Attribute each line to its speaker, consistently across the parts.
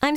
Speaker 1: I'm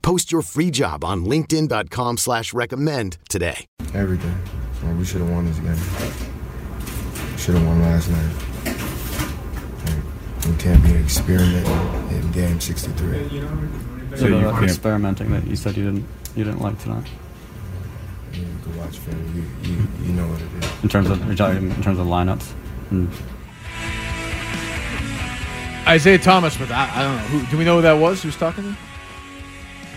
Speaker 2: Post your free job on LinkedIn.com slash recommend today.
Speaker 3: Everything. Like, we should have won this game. Should have won last night. Like, we can't be experimenting in game 63.
Speaker 4: So you were experimenting that you said you didn't you didn't like tonight
Speaker 3: You can watch film. You, you, you know what it is.
Speaker 4: in terms of you're talking in terms of lineups. And
Speaker 5: Isaiah Thomas, but I, I don't know. Who, do we know who that was? Who's talking? to him?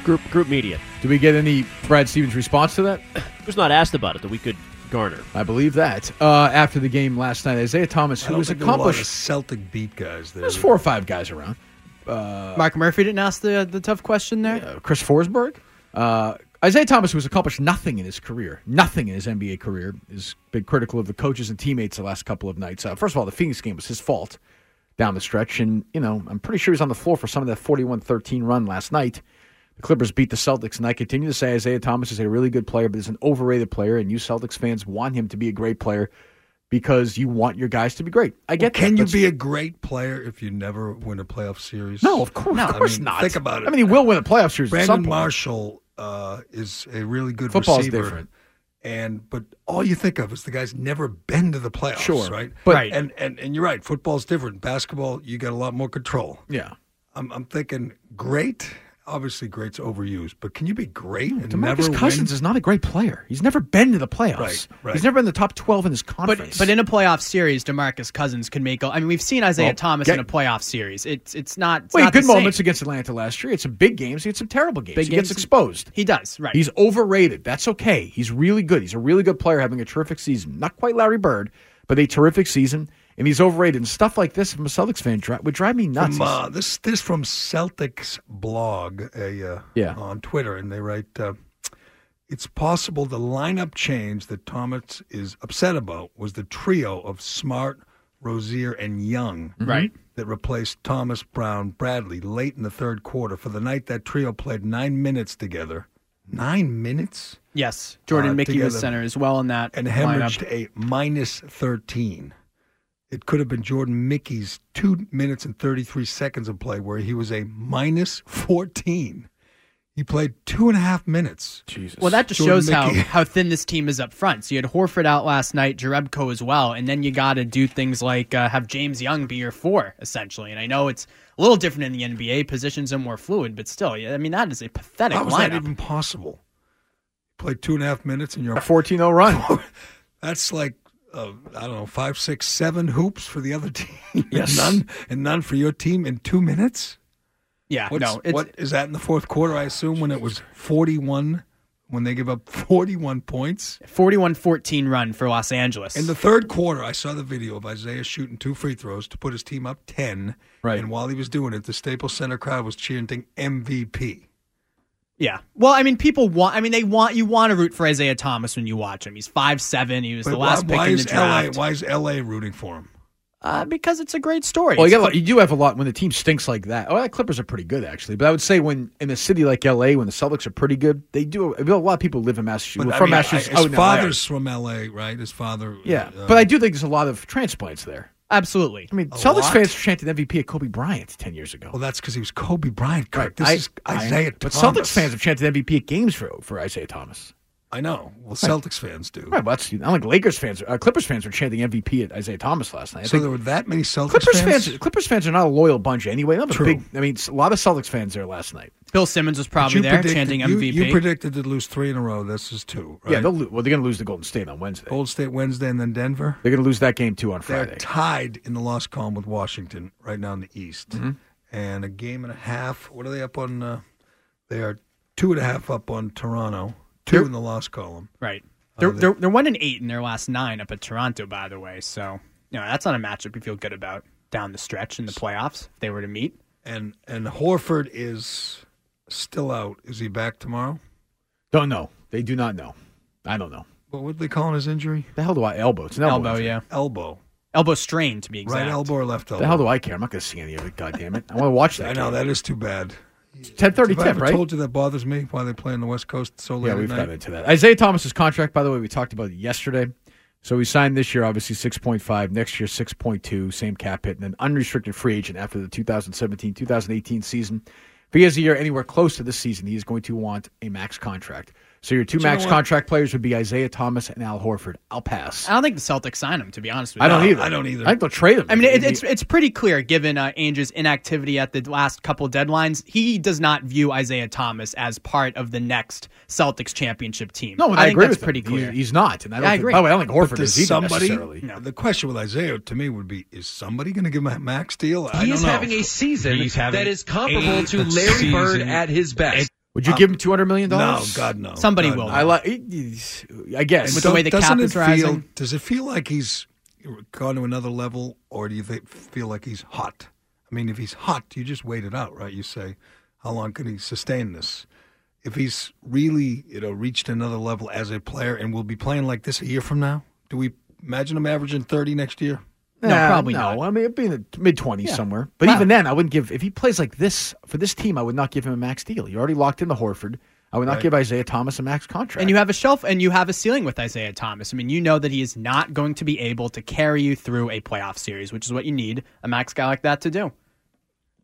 Speaker 6: Group group media.
Speaker 5: Do we get any Brad Stevens response to that?
Speaker 6: It was not asked about it that we could garner.
Speaker 5: I believe that. Uh, after the game last night, Isaiah Thomas, who was accomplished,
Speaker 7: Celtic beat guys there.
Speaker 5: there's four or five guys around.
Speaker 8: Mark Murphy didn't ask the the tough question there.
Speaker 5: uh, Chris Forsberg. Uh, Isaiah Thomas, who's accomplished nothing in his career, nothing in his NBA career, has been critical of the coaches and teammates the last couple of nights. Uh, first of all, the Phoenix game was his fault down the stretch. And, you know, I'm pretty sure he was on the floor for some of that 41 13 run last night. The Clippers beat the Celtics, and I continue to say Isaiah Thomas is a really good player, but he's an overrated player, and you Celtics fans want him to be a great player because you want your guys to be great. I get
Speaker 7: Can
Speaker 5: that.
Speaker 7: you
Speaker 5: That's-
Speaker 7: be a great player if you never win a playoff series?
Speaker 5: No, of course,
Speaker 7: No,
Speaker 5: of
Speaker 7: I
Speaker 5: course
Speaker 7: mean,
Speaker 5: not.
Speaker 7: Think about it.
Speaker 5: I mean, he will win a playoff series at some
Speaker 7: Brandon
Speaker 5: point.
Speaker 7: Marshall uh, is a really good
Speaker 5: Football's
Speaker 7: receiver.
Speaker 5: different.
Speaker 7: And but all you think of is the guy's never been to the playoffs,
Speaker 5: Sure,
Speaker 7: right?
Speaker 5: but- Right.
Speaker 7: and, and and you're right. Football's different. Basketball, you got a lot more control.
Speaker 5: Yeah.
Speaker 7: I'm I'm thinking great. Obviously, great's overused, but can you be great and never
Speaker 5: Demarcus Cousins
Speaker 7: win?
Speaker 5: is not a great player. He's never been to the playoffs.
Speaker 7: Right, right.
Speaker 5: He's never been in the top twelve in his
Speaker 8: But
Speaker 5: conference.
Speaker 8: but in a playoff series, Demarcus Cousins can make. a- I mean, we've seen Isaiah
Speaker 5: Well,
Speaker 8: Thomas
Speaker 5: get-
Speaker 8: in a playoff series. It's it's not. It's
Speaker 5: well, he had
Speaker 8: not
Speaker 5: good
Speaker 8: the same.
Speaker 5: moments against Atlanta last year. It's some big games. He had some terrible games.
Speaker 8: Big
Speaker 5: he gets
Speaker 8: games.
Speaker 5: exposed.
Speaker 8: He does right.
Speaker 5: He's overrated. That's okay. He's really good. He's a really good player, having a terrific season. Not quite Larry Bird, but a terrific season. And he's overrated. And stuff like this from a Celtics fan dri- would drive me nuts.
Speaker 7: From, uh, this this from Celtics blog a, uh,
Speaker 5: Yeah.
Speaker 7: on Twitter, and they write, uh, "It's possible the lineup change that Thomas is upset about was the trio of Smart, Rozier, and Young,
Speaker 5: Mm-hmm.
Speaker 8: Right.
Speaker 7: that replaced Thomas Brown Bradley late in the third quarter. For the night that trio played nine minutes together, nine minutes,
Speaker 8: yes. Jordan
Speaker 7: Uh,
Speaker 8: Mickey was
Speaker 7: together.
Speaker 8: center as well in that
Speaker 7: and
Speaker 8: lineup.
Speaker 7: hemorrhaged a minus thirteen. It could have been Jordan Mickey's two minutes and 33 seconds of play where he was a minus 14. He played two and a half minutes.
Speaker 8: Well, that just
Speaker 7: Jordan
Speaker 8: shows how,
Speaker 7: Mickey.
Speaker 8: how thin this team is up front. So you had Horford out last night, Jarebko as well, and then you got to do things like uh, have James Young be your four, essentially. And I know it's a little different in the NBA. Positions are more fluid, but still, yeah, I mean, that is a pathetic
Speaker 7: How was
Speaker 8: lineup.
Speaker 7: that even possible? Played two and a half minutes
Speaker 5: a
Speaker 7: and you're
Speaker 5: 14-0 run.
Speaker 7: that's like uh, I don't know five, six, seven hoops for the other team. Yes, none and none for your team in two minutes.
Speaker 8: yeah,
Speaker 7: What's,
Speaker 8: no. It's,
Speaker 7: what is that in the fourth quarter? I assume when it was 41, when they give up 41 points.
Speaker 8: 41-14 run for Los Angeles.
Speaker 7: In the third quarter, I saw the video of Isaiah shooting two free throws to put his team up 10.
Speaker 5: Right.
Speaker 7: And while he was doing it, the Staples Center crowd was chanting MVP.
Speaker 8: yeah. Well, I mean, people want. I mean, they want you want to root for Isaiah Thomas when you watch him. He's five seven. He was the last
Speaker 7: why,
Speaker 8: pick
Speaker 7: why
Speaker 8: in the
Speaker 7: is
Speaker 8: draft.
Speaker 7: LA, why is LA rooting for him?
Speaker 8: Uh, because it's a great story.
Speaker 5: Well,
Speaker 8: It's
Speaker 5: you, got a
Speaker 8: fun-
Speaker 5: lot- you do have a lot when the team stinks like that. Oh, the Clippers are pretty good actually, but I would say when in a city like L.A., when the Celtics are pretty good, they do. A lot of people live in Massachusetts.
Speaker 7: I
Speaker 5: from
Speaker 7: mean,
Speaker 5: Massachusetts, Oh,
Speaker 7: I- his
Speaker 5: out in LA.
Speaker 7: father's from LA, right? His father.
Speaker 5: Yeah,
Speaker 7: uh,
Speaker 5: but I do think there's a lot of transplants there.
Speaker 8: Absolutely.
Speaker 5: I mean,
Speaker 7: A
Speaker 5: Celtics
Speaker 7: lot?
Speaker 5: fans chanted MVP at Kobe Bryant ten years ago.
Speaker 7: Well, that's because he was Kobe Bryant.
Speaker 5: Right,
Speaker 7: Correct. This
Speaker 5: I-
Speaker 7: is
Speaker 5: I-
Speaker 7: Isaiah
Speaker 5: but Celtics
Speaker 7: Thomas.
Speaker 5: fans have chanted MVP at games for for Isaiah Thomas.
Speaker 7: I know. Well, Celtics fans do.
Speaker 5: Right, well, that's not like Lakers fans, uh, Clippers fans were chanting MVP at Isaiah Thomas last night. I
Speaker 7: So
Speaker 5: think
Speaker 7: there were that many Celtics
Speaker 5: Clippers fans, Clippers fans are not a loyal bunch anyway. They have a
Speaker 7: True.
Speaker 5: big- I mean, a lot of Celtics fans there last night.
Speaker 8: Bill Simmons was probably
Speaker 7: You
Speaker 8: there
Speaker 7: predicted-
Speaker 8: chanting
Speaker 7: you-
Speaker 8: MVP.
Speaker 7: You, predicted to lose three in a row. This is two. Right?
Speaker 5: Yeah, they'll lo- well, they're going to lose the Golden State on Wednesday.
Speaker 7: Old State Wednesday and then Denver.
Speaker 5: They're going to lose that game too on
Speaker 7: They're
Speaker 5: Friday.
Speaker 7: tied in the loss column with Washington right now in the East,
Speaker 5: Mm-hmm.
Speaker 7: and a game and a half. What are they up on? Uh, they are two and a half up on Toronto. 2
Speaker 5: They're-
Speaker 7: in the loss column.
Speaker 8: Right. They're, they're, they're one and eight in their last nine up at Toronto, by the way. So, you know, that's not a matchup you feel good about down the stretch in the playoffs if they were to meet.
Speaker 7: And and Horford is still out. Is he back tomorrow?
Speaker 5: Don't know. They do not know. I don't know.
Speaker 7: What would they calling his injury?
Speaker 5: The hell do I elbow? It's an elbow.
Speaker 8: elbow,
Speaker 5: injury.
Speaker 8: yeah,
Speaker 7: Elbow.
Speaker 8: elbow strain to be exact.
Speaker 7: Right elbow or left elbow?
Speaker 5: The hell do I care? I'm not going to see any of it. God damn it! I want to watch that.
Speaker 7: I know that is too bad.
Speaker 5: Ten thirty
Speaker 7: Have I
Speaker 5: tip,
Speaker 7: ever
Speaker 5: right?
Speaker 7: told you that bothers me why they play on the West Coast so late
Speaker 5: yeah,
Speaker 7: at
Speaker 5: we've
Speaker 7: night?
Speaker 5: gotten into that. Isaiah Thomas's contract, by the way, we talked about it yesterday. So he signed this year, obviously six point five. Next year, six point two, same cap hit, and an unrestricted free agent after the 2017-2018 season. If he has a year anywhere close to this season, he is going to want a max contract. So your two
Speaker 7: you know
Speaker 5: max
Speaker 7: what?
Speaker 5: contract players would be Isaiah Thomas and Al Horford. I'll pass.
Speaker 8: I don't think the Celtics sign him to be honest with you.
Speaker 5: I don't either.
Speaker 7: I don't either.
Speaker 5: I think they'll trade him.
Speaker 8: I mean, it,
Speaker 5: It'd be-
Speaker 8: it's it's pretty clear given uh, Ainge's inactivity at the last couple deadlines, he does not view Isaiah Thomas as part of the next Celtics championship team.
Speaker 5: no, and
Speaker 8: I,
Speaker 5: I,
Speaker 8: think
Speaker 5: agree
Speaker 8: that's
Speaker 5: with
Speaker 8: pretty
Speaker 5: him.
Speaker 8: clear.
Speaker 5: He's, he's not, and I, don't
Speaker 8: I
Speaker 5: think,
Speaker 8: agree.
Speaker 5: By the way, I don't think Horford
Speaker 7: Does
Speaker 5: is either
Speaker 7: somebody?
Speaker 5: necessarily.
Speaker 7: The question with Isaiah to me would be: Is somebody going to give him a max deal? I
Speaker 9: He
Speaker 7: don't
Speaker 9: is
Speaker 7: know.
Speaker 9: having a season
Speaker 10: He's having
Speaker 9: that is comparable
Speaker 10: a
Speaker 9: to Larry Bird
Speaker 10: season.
Speaker 9: at his best.
Speaker 5: Would you give him two hundred million
Speaker 7: Uh, no,
Speaker 5: dollars?
Speaker 7: God no.
Speaker 8: Somebody
Speaker 7: God,
Speaker 8: will.
Speaker 7: no.
Speaker 5: I like. I guess
Speaker 8: With the
Speaker 7: Don't-
Speaker 8: way the cap
Speaker 7: doesn't
Speaker 8: is
Speaker 7: it Feel,
Speaker 8: rising.
Speaker 7: does it feel like he's gone to another level, or do you think, feel like he's hot? I mean, if he's hot, you just wait it out, right? You say, how long can he sustain this? If he's really, you know, reached another level as a player and will be playing like this a year from now, do we imagine him averaging thirty next year?
Speaker 8: No, probably
Speaker 5: no.
Speaker 8: not.
Speaker 5: I mean, it'd be in the mid twenties somewhere. But
Speaker 8: Wow.
Speaker 5: even then, I wouldn't give. If he plays like this for this team, I would not give him a max deal. You already locked in the Horford. I would not give Isaiah Thomas a max contract.
Speaker 8: And you have a shelf and you have a ceiling with Isaiah Thomas. I mean, you know that he is not going to be able to carry you through a playoff series, which is what you need a max guy like that to do.
Speaker 7: I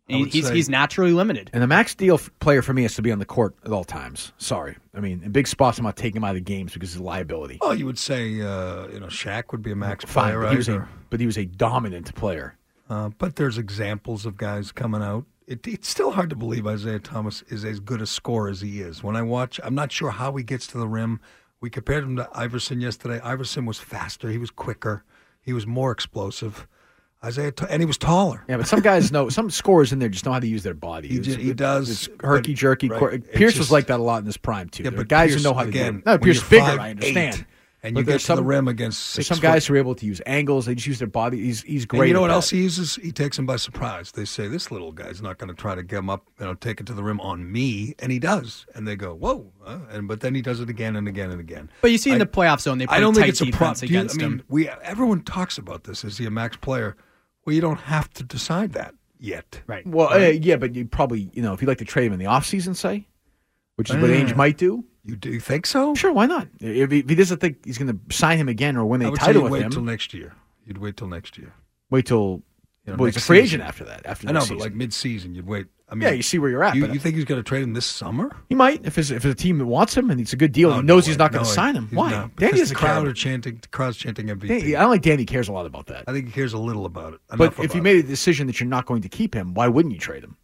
Speaker 8: He-
Speaker 7: would
Speaker 8: he's,
Speaker 7: say-
Speaker 8: he's naturally limited.
Speaker 5: and the max deal f- player for me has to be on the court at all times. Sorry, I mean, in big spots, I'm not taking him out of the games because he's a liability.
Speaker 7: Oh, you would say, uh, you know, Shaq would be a max
Speaker 5: Fine,
Speaker 7: player,
Speaker 5: but
Speaker 7: right?
Speaker 5: he was a
Speaker 7: Or-
Speaker 5: but he was a dominant player.
Speaker 7: Uh, but there's examples of guys coming out. It, it's still hard to believe Isaiah Thomas is as good a scorer as he is. When I watch, I'm not sure how he gets to the rim. We compared him to Iverson yesterday. Iverson was faster. He was quicker. He was more explosive. Isaiah, Tho- and he was taller.
Speaker 5: Yeah, but some guys know some scorers in there just know how to use their body.
Speaker 7: He
Speaker 5: It's-
Speaker 7: ju- he
Speaker 5: it's-
Speaker 7: does,
Speaker 5: it's herky
Speaker 7: but-
Speaker 5: jerky.
Speaker 7: right,
Speaker 5: cor-
Speaker 7: it's
Speaker 5: Pierce was
Speaker 7: just-
Speaker 5: like that a lot in his prime too.
Speaker 7: Yeah,
Speaker 5: There are
Speaker 7: but
Speaker 5: guys
Speaker 7: Pierce,
Speaker 5: who know how to
Speaker 7: again,
Speaker 5: do it. No,
Speaker 7: when
Speaker 5: Pierce
Speaker 7: you're
Speaker 5: bigger, I
Speaker 7: 5'8"
Speaker 5: understand.
Speaker 7: and
Speaker 5: But
Speaker 7: you
Speaker 5: there's
Speaker 7: get to the rim against
Speaker 5: there's
Speaker 7: six
Speaker 5: some
Speaker 7: foot-
Speaker 5: guys who are able to use angles. They just use their body. He's he's great.
Speaker 7: And you know
Speaker 5: at
Speaker 7: what
Speaker 5: that.
Speaker 7: else he uses? He takes him by surprise. They say this little guy's not going to try to get him up, you know, take it to the rim on me, and he does. And they go, "Whoa!" Uh, and but then he does it again and again and again.
Speaker 8: But you see in
Speaker 7: I-
Speaker 8: the playoff zone, they play
Speaker 7: I don't
Speaker 8: tight
Speaker 7: think it's a prop.
Speaker 8: defense
Speaker 7: Do you- I
Speaker 8: against
Speaker 7: mean,
Speaker 8: him.
Speaker 7: we everyone talks about this. Is he a max player? Well, you don't have to decide that yet.
Speaker 8: Right.
Speaker 5: Well, uh, yeah, but you probably you know if you like to trade him in the offseason, say, which is what
Speaker 7: Yeah.
Speaker 5: Ainge might do.
Speaker 7: You do you think so?
Speaker 5: Sure, why not? If he, if he doesn't think he's going to sign him again or win
Speaker 7: I
Speaker 5: a
Speaker 7: would say
Speaker 5: title
Speaker 7: you
Speaker 5: with
Speaker 7: wait
Speaker 5: him,
Speaker 7: till next year. You'd wait till next year.
Speaker 5: wait till
Speaker 7: You know,
Speaker 5: well, he's a
Speaker 7: next
Speaker 5: free
Speaker 7: season.
Speaker 5: agent after that. After
Speaker 7: I know,
Speaker 5: next
Speaker 7: but like
Speaker 5: season.
Speaker 7: mid-season, you'd wait. I mean,
Speaker 5: yeah, you see where you're at.
Speaker 7: you,
Speaker 5: but uh,
Speaker 7: you think he's going to trade him this summer?
Speaker 5: he might if it's if it's a team that wants him and it's a good deal.
Speaker 7: Oh, No,
Speaker 5: he knows
Speaker 7: no
Speaker 5: he's
Speaker 7: way.
Speaker 5: not going to
Speaker 7: No way.
Speaker 5: sign him.
Speaker 7: He's
Speaker 5: why?
Speaker 7: not,
Speaker 5: Danny
Speaker 7: because
Speaker 5: doesn't
Speaker 7: the
Speaker 5: care.
Speaker 7: crowd are
Speaker 5: about-
Speaker 7: chanting, the crowd's chanting MVP.
Speaker 5: Danny, I don't think Danny cares a lot about that.
Speaker 7: I think he cares a little about it.
Speaker 5: But
Speaker 7: Enough
Speaker 5: if you
Speaker 7: about
Speaker 5: made
Speaker 7: it.
Speaker 5: a decision that you're not going to keep him, why wouldn't you trade him?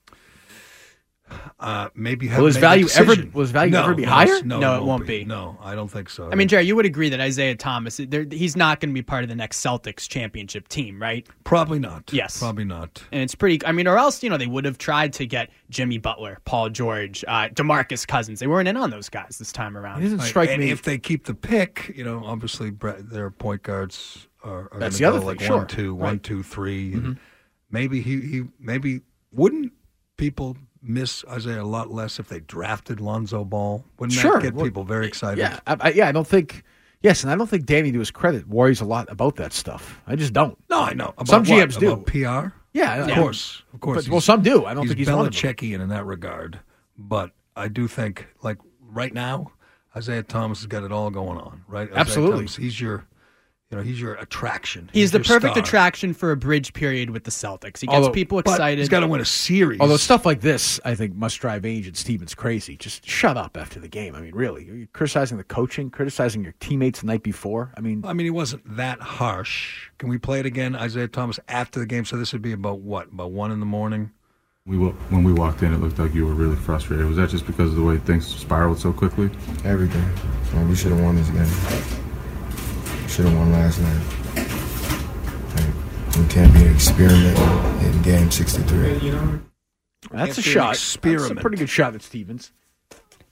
Speaker 7: uh, maybe
Speaker 5: Will
Speaker 7: haven't
Speaker 5: his
Speaker 7: made
Speaker 5: value
Speaker 7: that decision.
Speaker 5: ever- will his value
Speaker 7: no,
Speaker 5: ever be
Speaker 7: no,
Speaker 5: higher?
Speaker 7: No,
Speaker 8: No,
Speaker 7: it,
Speaker 8: it
Speaker 7: won't,
Speaker 8: won't
Speaker 7: be.
Speaker 8: be.
Speaker 7: No, I don't think so.
Speaker 8: I mean, Jerry, you would agree that Isaiah Thomas, there- he's not going to be part of the next Celtics championship team, right?
Speaker 7: probably not.
Speaker 8: Yes.
Speaker 7: probably not.
Speaker 8: And it's pretty, I mean, or else, you know, they would have tried to get Jimmy Butler, Paul George, uh, Demarcus Cousins. They weren't in on those guys this time
Speaker 5: It
Speaker 8: around.
Speaker 5: doesn't
Speaker 7: Right,
Speaker 5: strike
Speaker 7: and
Speaker 5: me.
Speaker 7: if they keep the pick, you know, obviously Bre- their point guards are, are
Speaker 5: That's
Speaker 7: gonna
Speaker 5: the other
Speaker 7: go like
Speaker 5: thing, sure. Mm-hmm.
Speaker 7: one, two, one, two, three, and maybe he, he maybe wouldn't people miss Isaiah a lot less if they drafted Lonzo Ball? Wouldn't
Speaker 5: Sure.
Speaker 7: that get
Speaker 5: Well,
Speaker 7: people very excited?
Speaker 5: yeah, I, I, yeah, I don't think. Yes, and I don't think Danny, to his credit, worries a lot about that stuff. I just don't.
Speaker 7: No, I know. About
Speaker 5: Some
Speaker 7: what?
Speaker 5: GMs do.
Speaker 7: About PR.
Speaker 5: Yeah,
Speaker 7: of
Speaker 5: yeah.
Speaker 7: course, of course.
Speaker 5: But- well, some do. I don't think he's one of them.
Speaker 7: Belichickian in that regard, but I do think like right now, Isaiah Thomas has got it all going on, right? Isaiah
Speaker 5: Absolutely.
Speaker 7: Thomas, he's your, you know, he's your attraction.
Speaker 8: He's the
Speaker 7: your
Speaker 8: perfect
Speaker 7: star.
Speaker 8: attraction for a bridge period with the Celtics. He gets
Speaker 5: Although-
Speaker 8: people
Speaker 7: But
Speaker 8: excited.
Speaker 7: He's got to win a series.
Speaker 5: Although stuff like this, I think, must drive Ainge and Stevens crazy. Just shut up after the game. I mean, really, you're criticizing the coaching, criticizing your teammates the night before. I mean,
Speaker 7: I mean, he wasn't that harsh. Can we play it again, Isaiah Thomas, after the game? So this would be about what? About one in the morning.
Speaker 10: We wa- when we walked in, it looked like you were really frustrated. Was that just because of the way things spiraled so quickly?
Speaker 3: Everything. Man, we should have won this game. Should have won last night. Like, we can't be an experiment in game 63.
Speaker 5: that's a
Speaker 7: Anthony
Speaker 5: shot. That's a
Speaker 7: experiment.
Speaker 5: pretty good shot at Stevens.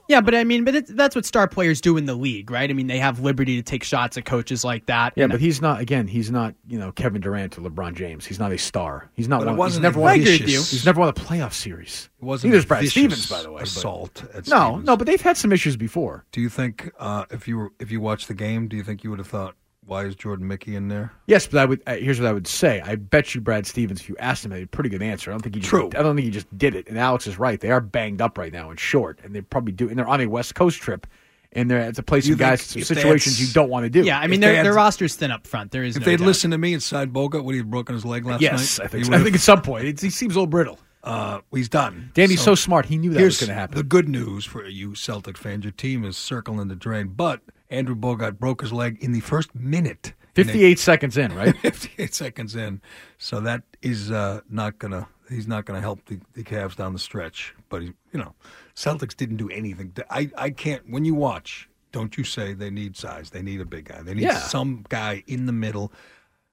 Speaker 8: Yeah, but I mean, but it's, that's what star players do in the league, right? I mean, they have liberty to take shots at coaches like that.
Speaker 5: Yeah,
Speaker 8: and-
Speaker 5: but he's not. Again, he's not. You know, Kevin Durant or LeBron James. He's not a star. He's not.
Speaker 7: But it
Speaker 5: One, he's
Speaker 7: wasn't
Speaker 5: never
Speaker 7: a
Speaker 5: won.
Speaker 8: vicious- I agree with you.
Speaker 5: He's never won a playoff series.
Speaker 7: It wasn't
Speaker 5: Neither
Speaker 7: a
Speaker 5: is Brad
Speaker 7: vicious
Speaker 5: Stevens, by the way. but-
Speaker 7: Assault at
Speaker 5: No,
Speaker 7: Stevens.
Speaker 5: no, but they've had some issues before.
Speaker 7: Do you think uh, if you were if you watched the game, do you think you would have thought why is Jordan Mickey in there?
Speaker 5: Yes, but I would. Uh, here's what I would say. I bet you Brad Stevens, if you asked him, had a pretty good answer. I don't think he just,
Speaker 7: True.
Speaker 5: I don't think he just did it. And Alex is right. They are banged up right now and short, and they probably do. And they're on a West Coast trip, and they're to play some
Speaker 7: You think
Speaker 5: guys some
Speaker 7: if they had
Speaker 5: situations you
Speaker 7: s-
Speaker 5: don't want to do.
Speaker 8: yeah, I mean,
Speaker 7: if they
Speaker 8: their
Speaker 7: had-
Speaker 8: their roster's thin up front. There is
Speaker 7: If
Speaker 8: no
Speaker 7: they'd
Speaker 8: doubt.
Speaker 7: listened to me inside Bogut, would he have broken his leg last
Speaker 5: yes,
Speaker 7: night?
Speaker 5: I think.
Speaker 7: He
Speaker 5: So.
Speaker 7: would
Speaker 5: I think at
Speaker 7: have-
Speaker 5: some point it, he seems a little brittle.
Speaker 7: uh, he's done.
Speaker 5: Danny's so, smart. He knew that was
Speaker 7: Here's
Speaker 5: going to happen.
Speaker 7: the good news for you Celtic fans: your team is circling the drain. But Andrew Bogut broke his leg in the first minute, And they-
Speaker 5: 58 seconds in, right?
Speaker 7: 58 seconds in. So that is uh, not gonna. He's not gonna help the, the Cavs down the stretch. But he, you know, Celtics didn't do anything. to- I I can't. When you watch, don't you say they need size? They need a big guy. They need
Speaker 5: Yeah.
Speaker 7: some guy in the middle.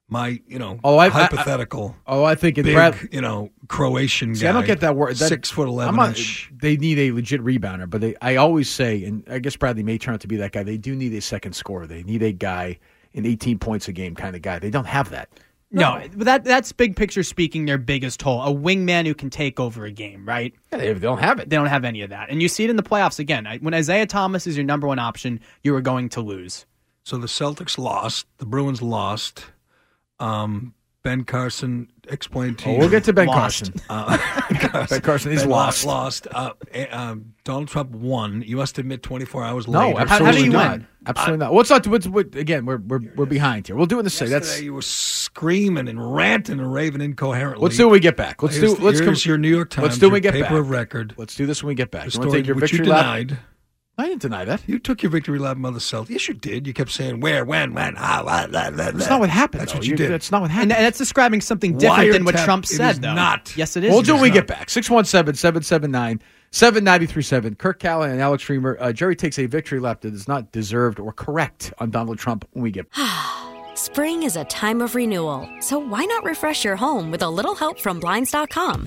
Speaker 7: My you know
Speaker 5: Oh, I- I-
Speaker 7: hypothetical
Speaker 5: oh, I think in
Speaker 7: big
Speaker 5: Brad.
Speaker 7: you know Croatian
Speaker 5: See,
Speaker 7: guy.
Speaker 5: I don't get that word. That,
Speaker 7: Six foot
Speaker 5: I'm
Speaker 7: 11
Speaker 5: not-
Speaker 7: inch.
Speaker 5: They need a legit rebounder, but they, I always say, and I guess Bradley may turn out to be that guy. They do need a second scorer. They need a guy, an 18 points a game kind of guy. They don't have that.
Speaker 8: No, but that that's big picture speaking. Their biggest hole, a wingman who can take over a game, right?
Speaker 5: Yeah, they, they don't have it.
Speaker 8: They don't have any of that, and you see it in the playoffs again. I, when Isaiah Thomas is your number one option, you are going to lose.
Speaker 7: So the Celtics lost. The Bruins lost. Um, ben Carson explained to
Speaker 5: Oh,
Speaker 7: you.
Speaker 5: we'll get to Ben
Speaker 8: Lost.
Speaker 5: Carson.
Speaker 7: Uh,
Speaker 5: Ben Carson is
Speaker 7: Ben
Speaker 5: lost.
Speaker 7: Lost. Uh, eh, um, Donald Trump won. You must admit, 24 hours
Speaker 5: No,
Speaker 7: later.
Speaker 5: absolutely
Speaker 8: how do you
Speaker 5: not.
Speaker 8: win?
Speaker 5: Absolutely not. Well, it's not. What's, what, again, we're we're, we're behind here. We'll do it in the say. That's
Speaker 7: Yesterday you were screaming and ranting and raving incoherently.
Speaker 5: let's do when we get back. Let's
Speaker 7: Here's
Speaker 5: do.
Speaker 7: the-
Speaker 5: Let's
Speaker 7: here's
Speaker 5: com-
Speaker 7: your New York Times.
Speaker 5: Let's do when we
Speaker 7: your
Speaker 5: get
Speaker 7: paper
Speaker 5: back.
Speaker 7: of record.
Speaker 5: Let's do this when we get back.
Speaker 7: The
Speaker 5: You want
Speaker 7: story
Speaker 5: to take your
Speaker 7: which
Speaker 5: victory
Speaker 7: you
Speaker 5: lap?
Speaker 7: denied.
Speaker 5: I didn't deny that.
Speaker 7: You took your victory lap, Mother Celtics. Yes, you did. You kept saying where, when, when, how, blah, blah, blah,
Speaker 5: That's not what happened.
Speaker 7: That's
Speaker 5: though.
Speaker 7: what you did.
Speaker 5: That's not what
Speaker 8: And
Speaker 5: happened.
Speaker 8: tha- that's describing something different than what
Speaker 7: Wiretap,
Speaker 8: Trump
Speaker 7: it
Speaker 8: said,
Speaker 7: is
Speaker 8: though.
Speaker 7: not.
Speaker 8: Yes, it is.
Speaker 5: We'll do
Speaker 8: It
Speaker 5: when
Speaker 8: is
Speaker 5: we
Speaker 8: not.
Speaker 5: get back. 617 779 7937. Kirk Callan and Alex Reamer. Uh, Jerry takes a victory lap that is not deserved or correct on Donald Trump when we get back.
Speaker 1: Spring is a time of renewal, so why not refresh your home with a little help from Blinds.com?